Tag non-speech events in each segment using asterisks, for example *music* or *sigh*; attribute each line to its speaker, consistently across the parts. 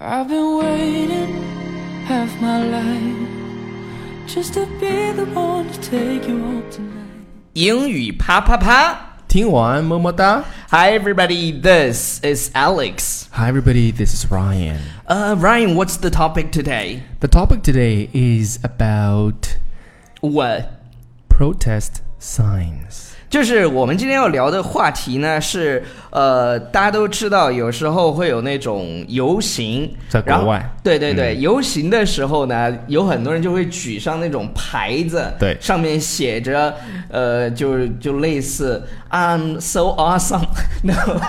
Speaker 1: I've been waiting half my life just to be the one to take you home tonight.
Speaker 2: 英语啪啪啪
Speaker 3: 听完么么哒。
Speaker 2: ！Hi everybody, this is Alex.
Speaker 3: Hi everybody, this is Ryan.
Speaker 2: Uh, Ryan, what's the topic today?
Speaker 3: The topic today is about
Speaker 2: What?
Speaker 3: protest *laughs* signs.
Speaker 2: 就是我们今天要聊的话题呢，是呃，大家都知道，有时候会有那种游行，
Speaker 3: 在国
Speaker 2: 然后
Speaker 3: 外嗯
Speaker 2: 对对对，游行的时候呢，有很多人就会举上那种牌子，
Speaker 3: 对
Speaker 2: 上面写着呃，就就类似 I'm so awesome，然 *laughs* 后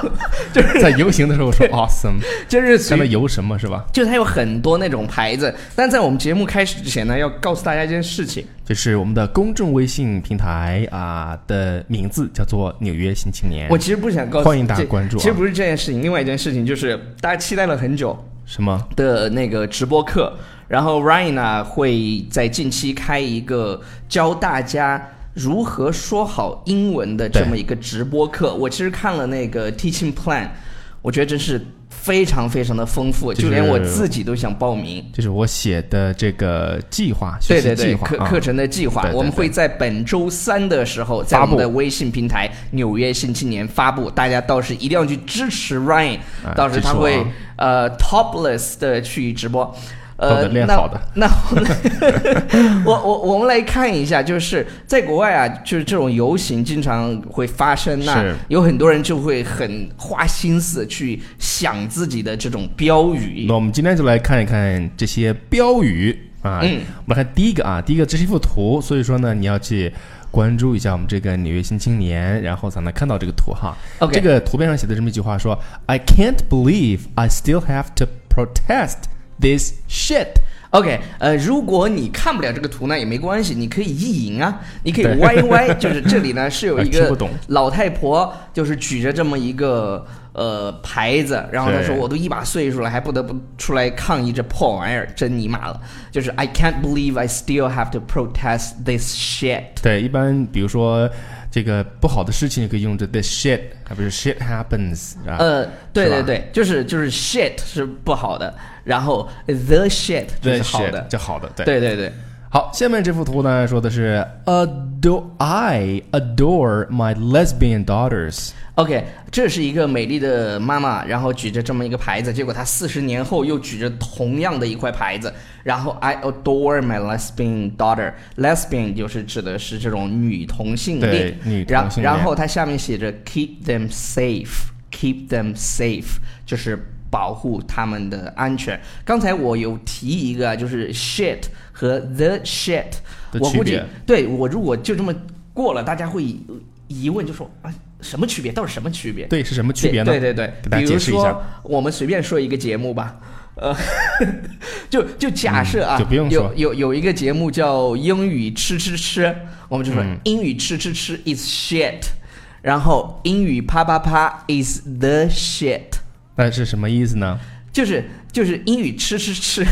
Speaker 2: 就是
Speaker 3: 在游行的时候说 *laughs* awesome，
Speaker 2: 就是随
Speaker 3: 看到游什么是吧？
Speaker 2: 就它有很多那种牌子，但在我们节目开始之前呢，要告诉大家一件事情。
Speaker 3: 就是我们的公众微信平台啊的名字叫做《纽约新青年
Speaker 2: 我》。其实不想告诉
Speaker 3: 哎欢迎大家关注啊
Speaker 2: 这其实不是这件事情，另外一件事情就是大家期待了很久
Speaker 3: 什么？
Speaker 2: 的那个直播课，然后 Ryan 呢会在近期开一个教大家。如何说好英文的这么一个直播课？我其实看了那个 teaching plan，我觉得真是非常非常的丰富，
Speaker 3: 就是
Speaker 2: 就连我自己都想报名。
Speaker 3: 这是我写的这个计划，学
Speaker 2: 对
Speaker 3: 习
Speaker 2: 对
Speaker 3: 计
Speaker 2: 对，
Speaker 3: 划
Speaker 2: 课
Speaker 3: 啊
Speaker 2: 课程的计划
Speaker 3: 对，对
Speaker 2: 我们
Speaker 3: 对
Speaker 2: 会在本周三的时候，在
Speaker 3: 发
Speaker 2: 我
Speaker 3: 布
Speaker 2: 们的微信平台《纽约新青年》发布，大家到时一定要去支持 Ryan，
Speaker 3: 啊
Speaker 2: 到时他
Speaker 3: 支
Speaker 2: 会
Speaker 3: 持我啊
Speaker 2: 呃 topless 的去直播。
Speaker 3: 好
Speaker 2: 呃
Speaker 3: 的，练
Speaker 2: 那
Speaker 3: 好的
Speaker 2: *laughs* 那我们我我我们来看一下，就是在国外啊，就是这种游行经常会发生呐、
Speaker 3: 是
Speaker 2: 有很多人就会很花心思去想自己的这种标语
Speaker 3: 那。我们今天就来看一看这些标语啊。
Speaker 2: 嗯
Speaker 3: 我们来看第一个啊，第一个这是一幅图，所以说呢，你要去关注一下我们这个《纽约新青年》，然后才能看到这个图哈。
Speaker 2: OK
Speaker 3: 这个图片上写的这么一句话说：“I can't believe I still have to protest this shit。
Speaker 2: OK，呃，如果你看不了这个图呢，也没关系，你可以意淫啊，你可以
Speaker 3: 对啊
Speaker 2: 歪一
Speaker 3: *laughs*
Speaker 2: 歪，就是这里呢是有一
Speaker 3: 听
Speaker 2: 个
Speaker 3: 不懂
Speaker 2: 老太婆，就是举着这么一个呃牌子，然后她说
Speaker 3: 对
Speaker 2: 我都一把岁数了，还不得不出来抗议这破玩意儿，真尼玛了！就是 I can't believe I still have to protest this shit。”
Speaker 3: 对，一般比如说这个不好的事情，你可以用这 this shit，还不是 shit happens 啊。
Speaker 2: 呃，对
Speaker 3: 是吧
Speaker 2: 对对，就是就是 shit 是不好的，然后 the shit 就
Speaker 3: the
Speaker 2: 是好
Speaker 3: shit
Speaker 2: 的，
Speaker 3: 就好的，对
Speaker 2: 对对对。
Speaker 3: 好，下面这幅图呢说的是 adore I adore my lesbian daughters。
Speaker 2: OK，这是一个美丽的妈妈，然后举着这么一个牌子，结果她四十年后又举着同样的一块牌子，然后 I adore my lesbian daughter，lesbian 就是指的是这种女同性恋
Speaker 3: 对，女
Speaker 2: 然
Speaker 3: 同性恋
Speaker 2: 然后它下面写着 keep them safe，keep them safe 就是保护他们的安全。刚才我有提一个啊，就是 shit 和 the shit，
Speaker 3: 的
Speaker 2: 我
Speaker 3: 区
Speaker 2: 估计
Speaker 3: 别
Speaker 2: 对我如果就这么过了，大家会疑问，就说啊，什么区别？到底什么区别？
Speaker 3: 对，是什么区别呢？
Speaker 2: 对对对
Speaker 3: 给，大
Speaker 2: 比
Speaker 3: 家
Speaker 2: 如
Speaker 3: 解释一下
Speaker 2: 说。我们随便说一个节目吧，呃， *laughs* 就就假设啊，
Speaker 3: 嗯就不用说
Speaker 2: 有有有一个节目叫英语吃吃吃，我们就
Speaker 3: 嗯
Speaker 2: 说英语吃吃吃 is shit，然后英语啪啪啪 is the shit，
Speaker 3: 那是什么意思呢？
Speaker 2: 就是就是英语吃吃吃。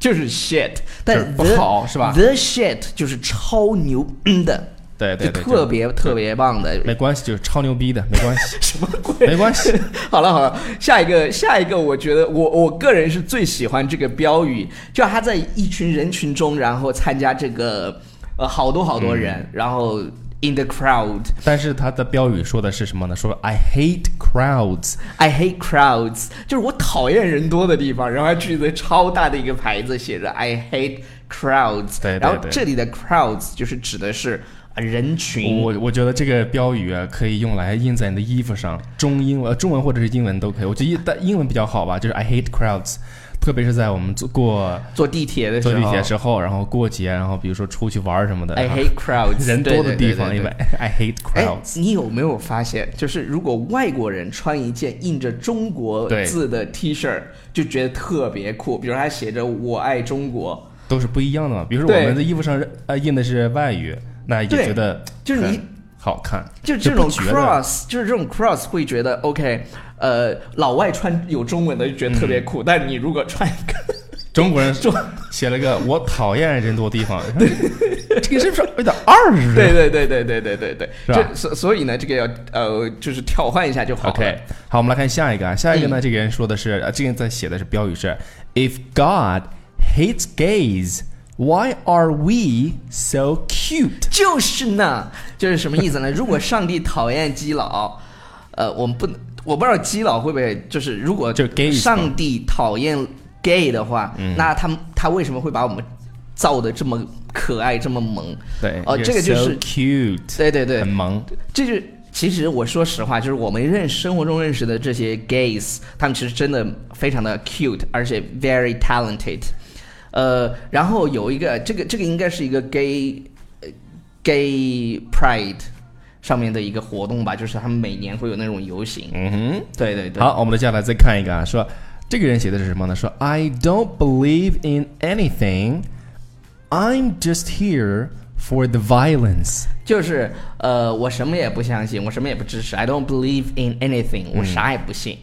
Speaker 2: 就是 shit，但
Speaker 3: 就是不
Speaker 2: the-
Speaker 3: 好是吧
Speaker 2: ？The shit 就是超牛逼的，
Speaker 3: 对对
Speaker 2: 就
Speaker 3: 对，
Speaker 2: 特别特别棒的
Speaker 3: 就没关系，就是超牛逼的，没关系，
Speaker 2: 什么鬼？
Speaker 3: 没关系。
Speaker 2: *laughs* 好了好了，下一个下一个，我觉得我我个人是最喜欢这个标语，就他在一群人群中，然后参加这个呃好多好多人，然后 in the crowd，I
Speaker 3: 但是它的标语说的是什么呢？说 I hate crowds，
Speaker 2: hate crowds，就是我讨厌人多的地方，然后还举着超大的一个牌子写着 I hate crowds，
Speaker 3: 对对
Speaker 2: 然后
Speaker 3: 对
Speaker 2: 这里的 crowds 就是指的是呃人群。
Speaker 3: 我我觉得这个标语啊，可以用来印在你的衣服上，中英文、呃中文或者是英文都可以。我觉得英但英文比较好吧，就是 I hate crowds，特别是在我们坐过
Speaker 2: 坐地铁的时
Speaker 3: 坐
Speaker 2: 候，
Speaker 3: 地铁时候，然后过节，然后比如说出去玩儿什么的
Speaker 2: i
Speaker 3: 然后
Speaker 2: hate crowds，
Speaker 3: *laughs* 人多的
Speaker 2: 对
Speaker 3: 地
Speaker 2: 对对
Speaker 3: 方，
Speaker 2: 对
Speaker 3: 一
Speaker 2: 对
Speaker 3: 般 *laughs* I hate
Speaker 2: 哎
Speaker 3: crowds。，
Speaker 2: 你有没有发现，就是如果外国人穿一件印着中国
Speaker 3: 对
Speaker 2: 字的 T 恤，就觉得特别酷。比如他写着“我爱中国
Speaker 3: 都是不一样的嘛。比如说我
Speaker 2: 对
Speaker 3: 们的衣服上呃印的是外语，那也
Speaker 2: 对
Speaker 3: 觉得”，
Speaker 2: 就是你
Speaker 3: 很好看，
Speaker 2: 就这种
Speaker 3: 不觉得
Speaker 2: cross，就是这种 cross 会觉
Speaker 3: 嗯
Speaker 2: 得 OK，呃，老外穿有中文的就觉得特别酷，但你如果穿一个
Speaker 3: 中国
Speaker 2: *laughs*
Speaker 3: 人
Speaker 2: 中
Speaker 3: 写了个我讨厌人多
Speaker 2: *laughs*
Speaker 3: 地方， *laughs* 这个是不是有点二 *laughs* 是不
Speaker 2: 对
Speaker 3: 是？
Speaker 2: 对对对对对对对，
Speaker 3: 是吧
Speaker 2: 这所所以呢，这个要呃，就是跳换一下就好了。
Speaker 3: OK，好，啊我们来看下一个啊，下
Speaker 2: 嗯
Speaker 3: 一个呢，这个人说的是，啊，这个人在写的是标语是，If God hates gays, why are we so cute？
Speaker 2: 就是呢，就是什么意思
Speaker 3: *laughs*
Speaker 2: 呢？如果上帝讨厌基佬，呃，我们不能，我不知道基佬会不会就是如果
Speaker 3: 就是 gay 是吧嗯
Speaker 2: 上帝讨厌 gay 的话，那他们他为什么会把我们造的这么可爱这么萌？
Speaker 3: 对，
Speaker 2: 哦
Speaker 3: you're
Speaker 2: 这个就是
Speaker 3: so cute，
Speaker 2: 对对对
Speaker 3: 很，萌，
Speaker 2: 这就其实我说实话，就是我们认生活中认识的这些 gays，他们其实真的非常的 cute，而且 very talented。呃，然后有一个这个这个应该是一个 gay 呃 gay pride 上面的一个活动吧，就是他们每年会有那种游行。
Speaker 3: 嗯哼。
Speaker 2: 对对对，
Speaker 3: 好，我们接下来再看一个啊，说这个人写的是什么呢？说 I don't believe in anything, I'm just here for the violence。
Speaker 2: 就是呃，我什么也不相信，我什么也不支持，I don't believe in anything，我
Speaker 3: 嗯
Speaker 2: 啥也不信。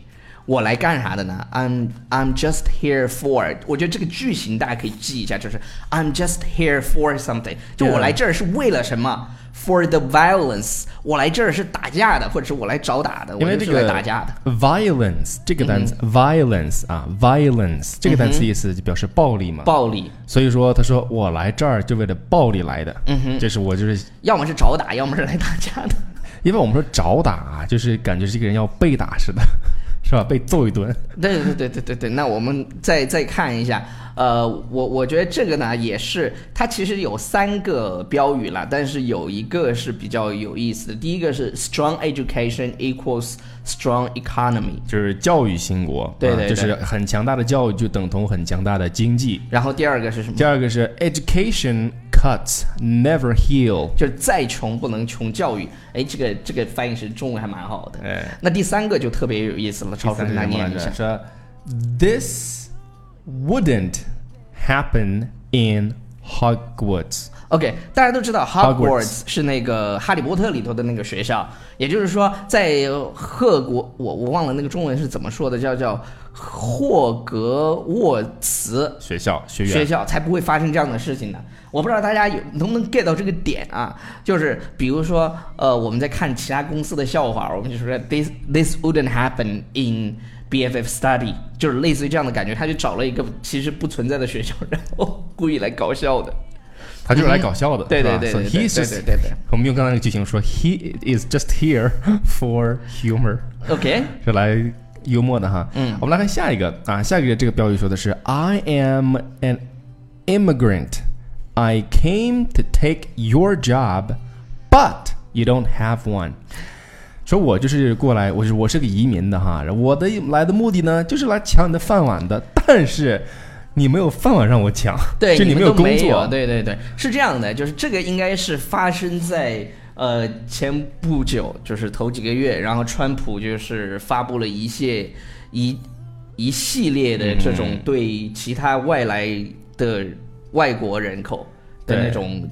Speaker 2: 我来干啥的呢？I'm I'm just here for，我觉得这个句型大家可以记一下，就是 I'm just here for something，就
Speaker 3: Yeah
Speaker 2: 我来这儿是为了什么？For the violence，我来这儿是打架的，或者是我来找打的，我
Speaker 3: 因为
Speaker 2: 就
Speaker 3: 这
Speaker 2: 是来
Speaker 3: 个
Speaker 2: 打架的。嗯
Speaker 3: violence 这个单词、violence 啊，violence 这个单词意思就表示暴力嘛。
Speaker 2: 暴力，
Speaker 3: 所以说，他说我来这儿就为了暴力来的。嗯哼，这是我就是，
Speaker 2: 要么是找打，要么是来打架的。
Speaker 3: 因为我们说找打啊，就是感觉这个人要被打似的， *laughs* 是吧？被揍一顿。
Speaker 2: 对对对对对对，那我们再再看一下，呃，我我觉得这个呢也是，它其实有三个标语啦，但是有一个是比较有意思的，第一个是 strong education equals strong economy，
Speaker 3: 就是教育兴国，
Speaker 2: 对对
Speaker 3: 啊
Speaker 2: 对
Speaker 3: 就是很强大的教育就等同很强大的经济。
Speaker 2: 然后第二个是什么
Speaker 3: 第？二个是 education cuts never heal，
Speaker 2: 就是再穷不能穷教育，哎，这个这个翻译成中文还蛮好的。
Speaker 3: 哎，
Speaker 2: 那第三个就特别有意思了，超
Speaker 3: 第
Speaker 2: 叔
Speaker 3: 三
Speaker 2: 给
Speaker 3: 个
Speaker 2: 大家
Speaker 3: 是什么
Speaker 2: 念
Speaker 3: 来
Speaker 2: 一下
Speaker 3: 着？。说 this wouldn't happen in Hogwarts。
Speaker 2: OK，大家都知道
Speaker 3: Hogwarts
Speaker 2: Hogwarts 是那个《哈利波特》里头的那个学校，也就是说，在赫国，我我忘了那个中文是怎么说的，叫叫霍格沃茨
Speaker 3: 学校学员
Speaker 2: 学校，才不会发生这样的事情呢。我不知道大家有能不能 get 到这个点啊？就是比如说，呃，我们在看其他公司的笑话，我们就说 this this wouldn't happen in BFF study，就是类似于这样的感觉，他就找了一个其实不存在的学校，然后故意来搞笑的。
Speaker 3: 他就是来搞笑的，
Speaker 2: 嗯对
Speaker 3: 是
Speaker 2: 对
Speaker 3: 吧
Speaker 2: 对
Speaker 3: So
Speaker 2: 对对
Speaker 3: he's
Speaker 2: 对
Speaker 3: just-
Speaker 2: 对对对。
Speaker 3: 我们用刚才那个剧情说，He is just here *laughs* for humor，
Speaker 2: OK，
Speaker 3: 是来幽默的哈。嗯，我们来看下一个啊，下一个这个标语说的是 I am an immigrant, I came to take your job, but you don't have one。说我就是过来，我是我是个移民的哈，我的来的目的呢，就是来抢你的饭碗的，但是你没有饭碗让我抢，
Speaker 2: 对，
Speaker 3: 就
Speaker 2: 你
Speaker 3: 没
Speaker 2: 们都
Speaker 3: 工
Speaker 2: 没
Speaker 3: 作，
Speaker 2: 有对对对，是这样的，就是这个应该是发生在呃前不久，就是头几个月，然后川普就是发布了一系一一系列的这种对其他外来的外国人口的
Speaker 3: 对
Speaker 2: 那种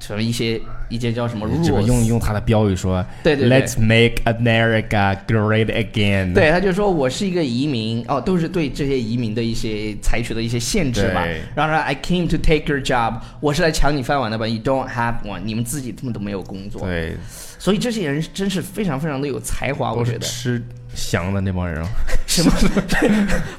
Speaker 2: 什么一些一些叫什么
Speaker 3: 这个
Speaker 2: rules，
Speaker 3: 用用他的标语说，
Speaker 2: 对对对
Speaker 3: l e t s make America great again。
Speaker 2: 对，他就说我是一个移民，哦，都是对这些移民的一些采取的一些限制吧
Speaker 3: 对。
Speaker 2: 然后呢，I came to take your job，我是来抢你饭碗的吧？You don't have one，你们自己根本都没有工作。
Speaker 3: 对，
Speaker 2: 所以这些人真是非常非常的有才华，我
Speaker 3: 都
Speaker 2: 觉
Speaker 3: *laughs* 是
Speaker 2: 得
Speaker 3: 吃翔的那帮人啊。
Speaker 2: 什
Speaker 3: *laughs*
Speaker 2: 么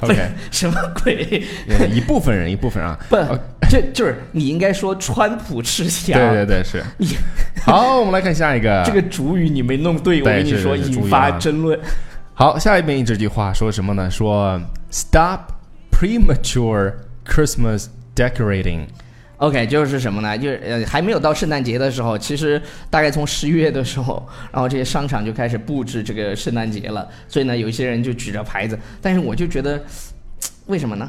Speaker 3: OK，
Speaker 2: 什么鬼？
Speaker 3: 对一部分人，一部分人啊。
Speaker 2: 不
Speaker 3: 哦，
Speaker 2: 这就是你应该说川普吃
Speaker 3: 对
Speaker 2: 香。
Speaker 3: 对对，是
Speaker 2: 你。
Speaker 3: *laughs* 好，我们来看下一个。
Speaker 2: 这个主语你没弄对，我
Speaker 3: 对
Speaker 2: 跟你
Speaker 3: 是
Speaker 2: 说，
Speaker 3: 是是主
Speaker 2: 引
Speaker 3: 语
Speaker 2: 发
Speaker 3: 啊
Speaker 2: 争论。
Speaker 3: 好，下一遍这句话说什么呢？说 Stop premature Christmas decorating。
Speaker 2: OK，就是什么呢？就是呃，还没有到圣诞节的时候，其实大概从十一月的时候，然后这些商场就开始布置这个圣诞节了。所以呢，有一些人就举着牌子，但是我就觉得，嘖为什么呢？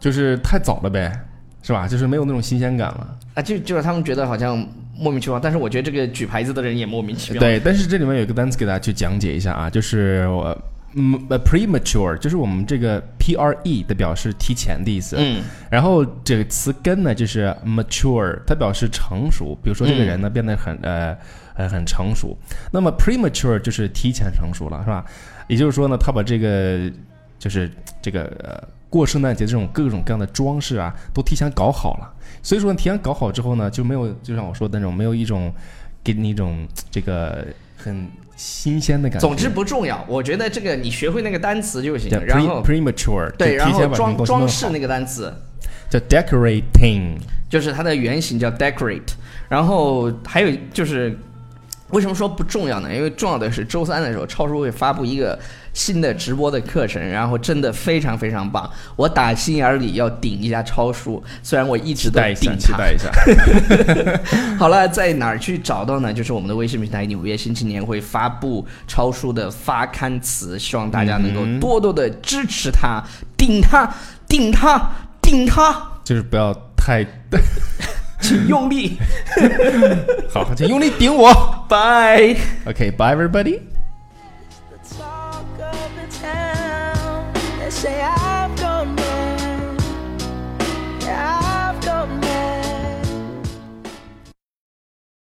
Speaker 3: 就是太早了呗，是吧？就是没有那种新鲜感了。
Speaker 2: 啊，就就是他们觉得好像莫名其妙，但是我觉得这个举牌子的人也莫名其妙。
Speaker 3: 对，但是这里面有一个单词给大家去讲解一下啊，就是我嗯呃 premature，就是我们这个 p r e 的表示提前的意思。
Speaker 2: 嗯，
Speaker 3: 然后这个词根呢就是 mature，它表示成熟。比如说这个人
Speaker 2: 嗯
Speaker 3: 呢、变得很呃呃很成熟，那么 premature 就是提前成熟了，是吧？也就是说呢，他把这个就是这个呃过圣诞节这种各种各样的装饰啊，都提前搞好了。所以说提前搞好之后呢，就没有就像我说的那种没有一种给你一种这个很新鲜的感觉。
Speaker 2: 总之不重要，我觉得这个你学会那个单词就行
Speaker 3: 对。
Speaker 2: 然后
Speaker 3: pre- premature，
Speaker 2: 对，
Speaker 3: 就
Speaker 2: 然
Speaker 3: 提
Speaker 2: 后
Speaker 3: 前把这种
Speaker 2: 装
Speaker 3: 东西
Speaker 2: 装
Speaker 3: 弄
Speaker 2: 饰
Speaker 3: 好
Speaker 2: 那个单词，
Speaker 3: 叫 decorating，
Speaker 2: 就是它的原型叫 decorate。然后还有就是，为什么说不重要呢？因为重要的是周三的时候，超叔会发布一个新的直播的课程，然后真的非常非常棒。我打心眼儿里要顶一下超叔，虽然我一直
Speaker 3: 期
Speaker 2: 都
Speaker 3: 待一下，
Speaker 2: 顶
Speaker 3: 期
Speaker 2: 他。
Speaker 3: 待一下。
Speaker 2: 好了，在哪儿去找到呢？就是我们的微信平台《纽约新青年》会发布超叔的发刊词，希望大家能
Speaker 3: 嗯
Speaker 2: 够多多的支持他，顶他，顶他，顶他，
Speaker 3: 就是不要太
Speaker 2: 请
Speaker 3: *laughs*
Speaker 2: 用力，
Speaker 3: 好，请用力顶我。 *laughs*
Speaker 2: 拜。
Speaker 3: OK，bye、everybody。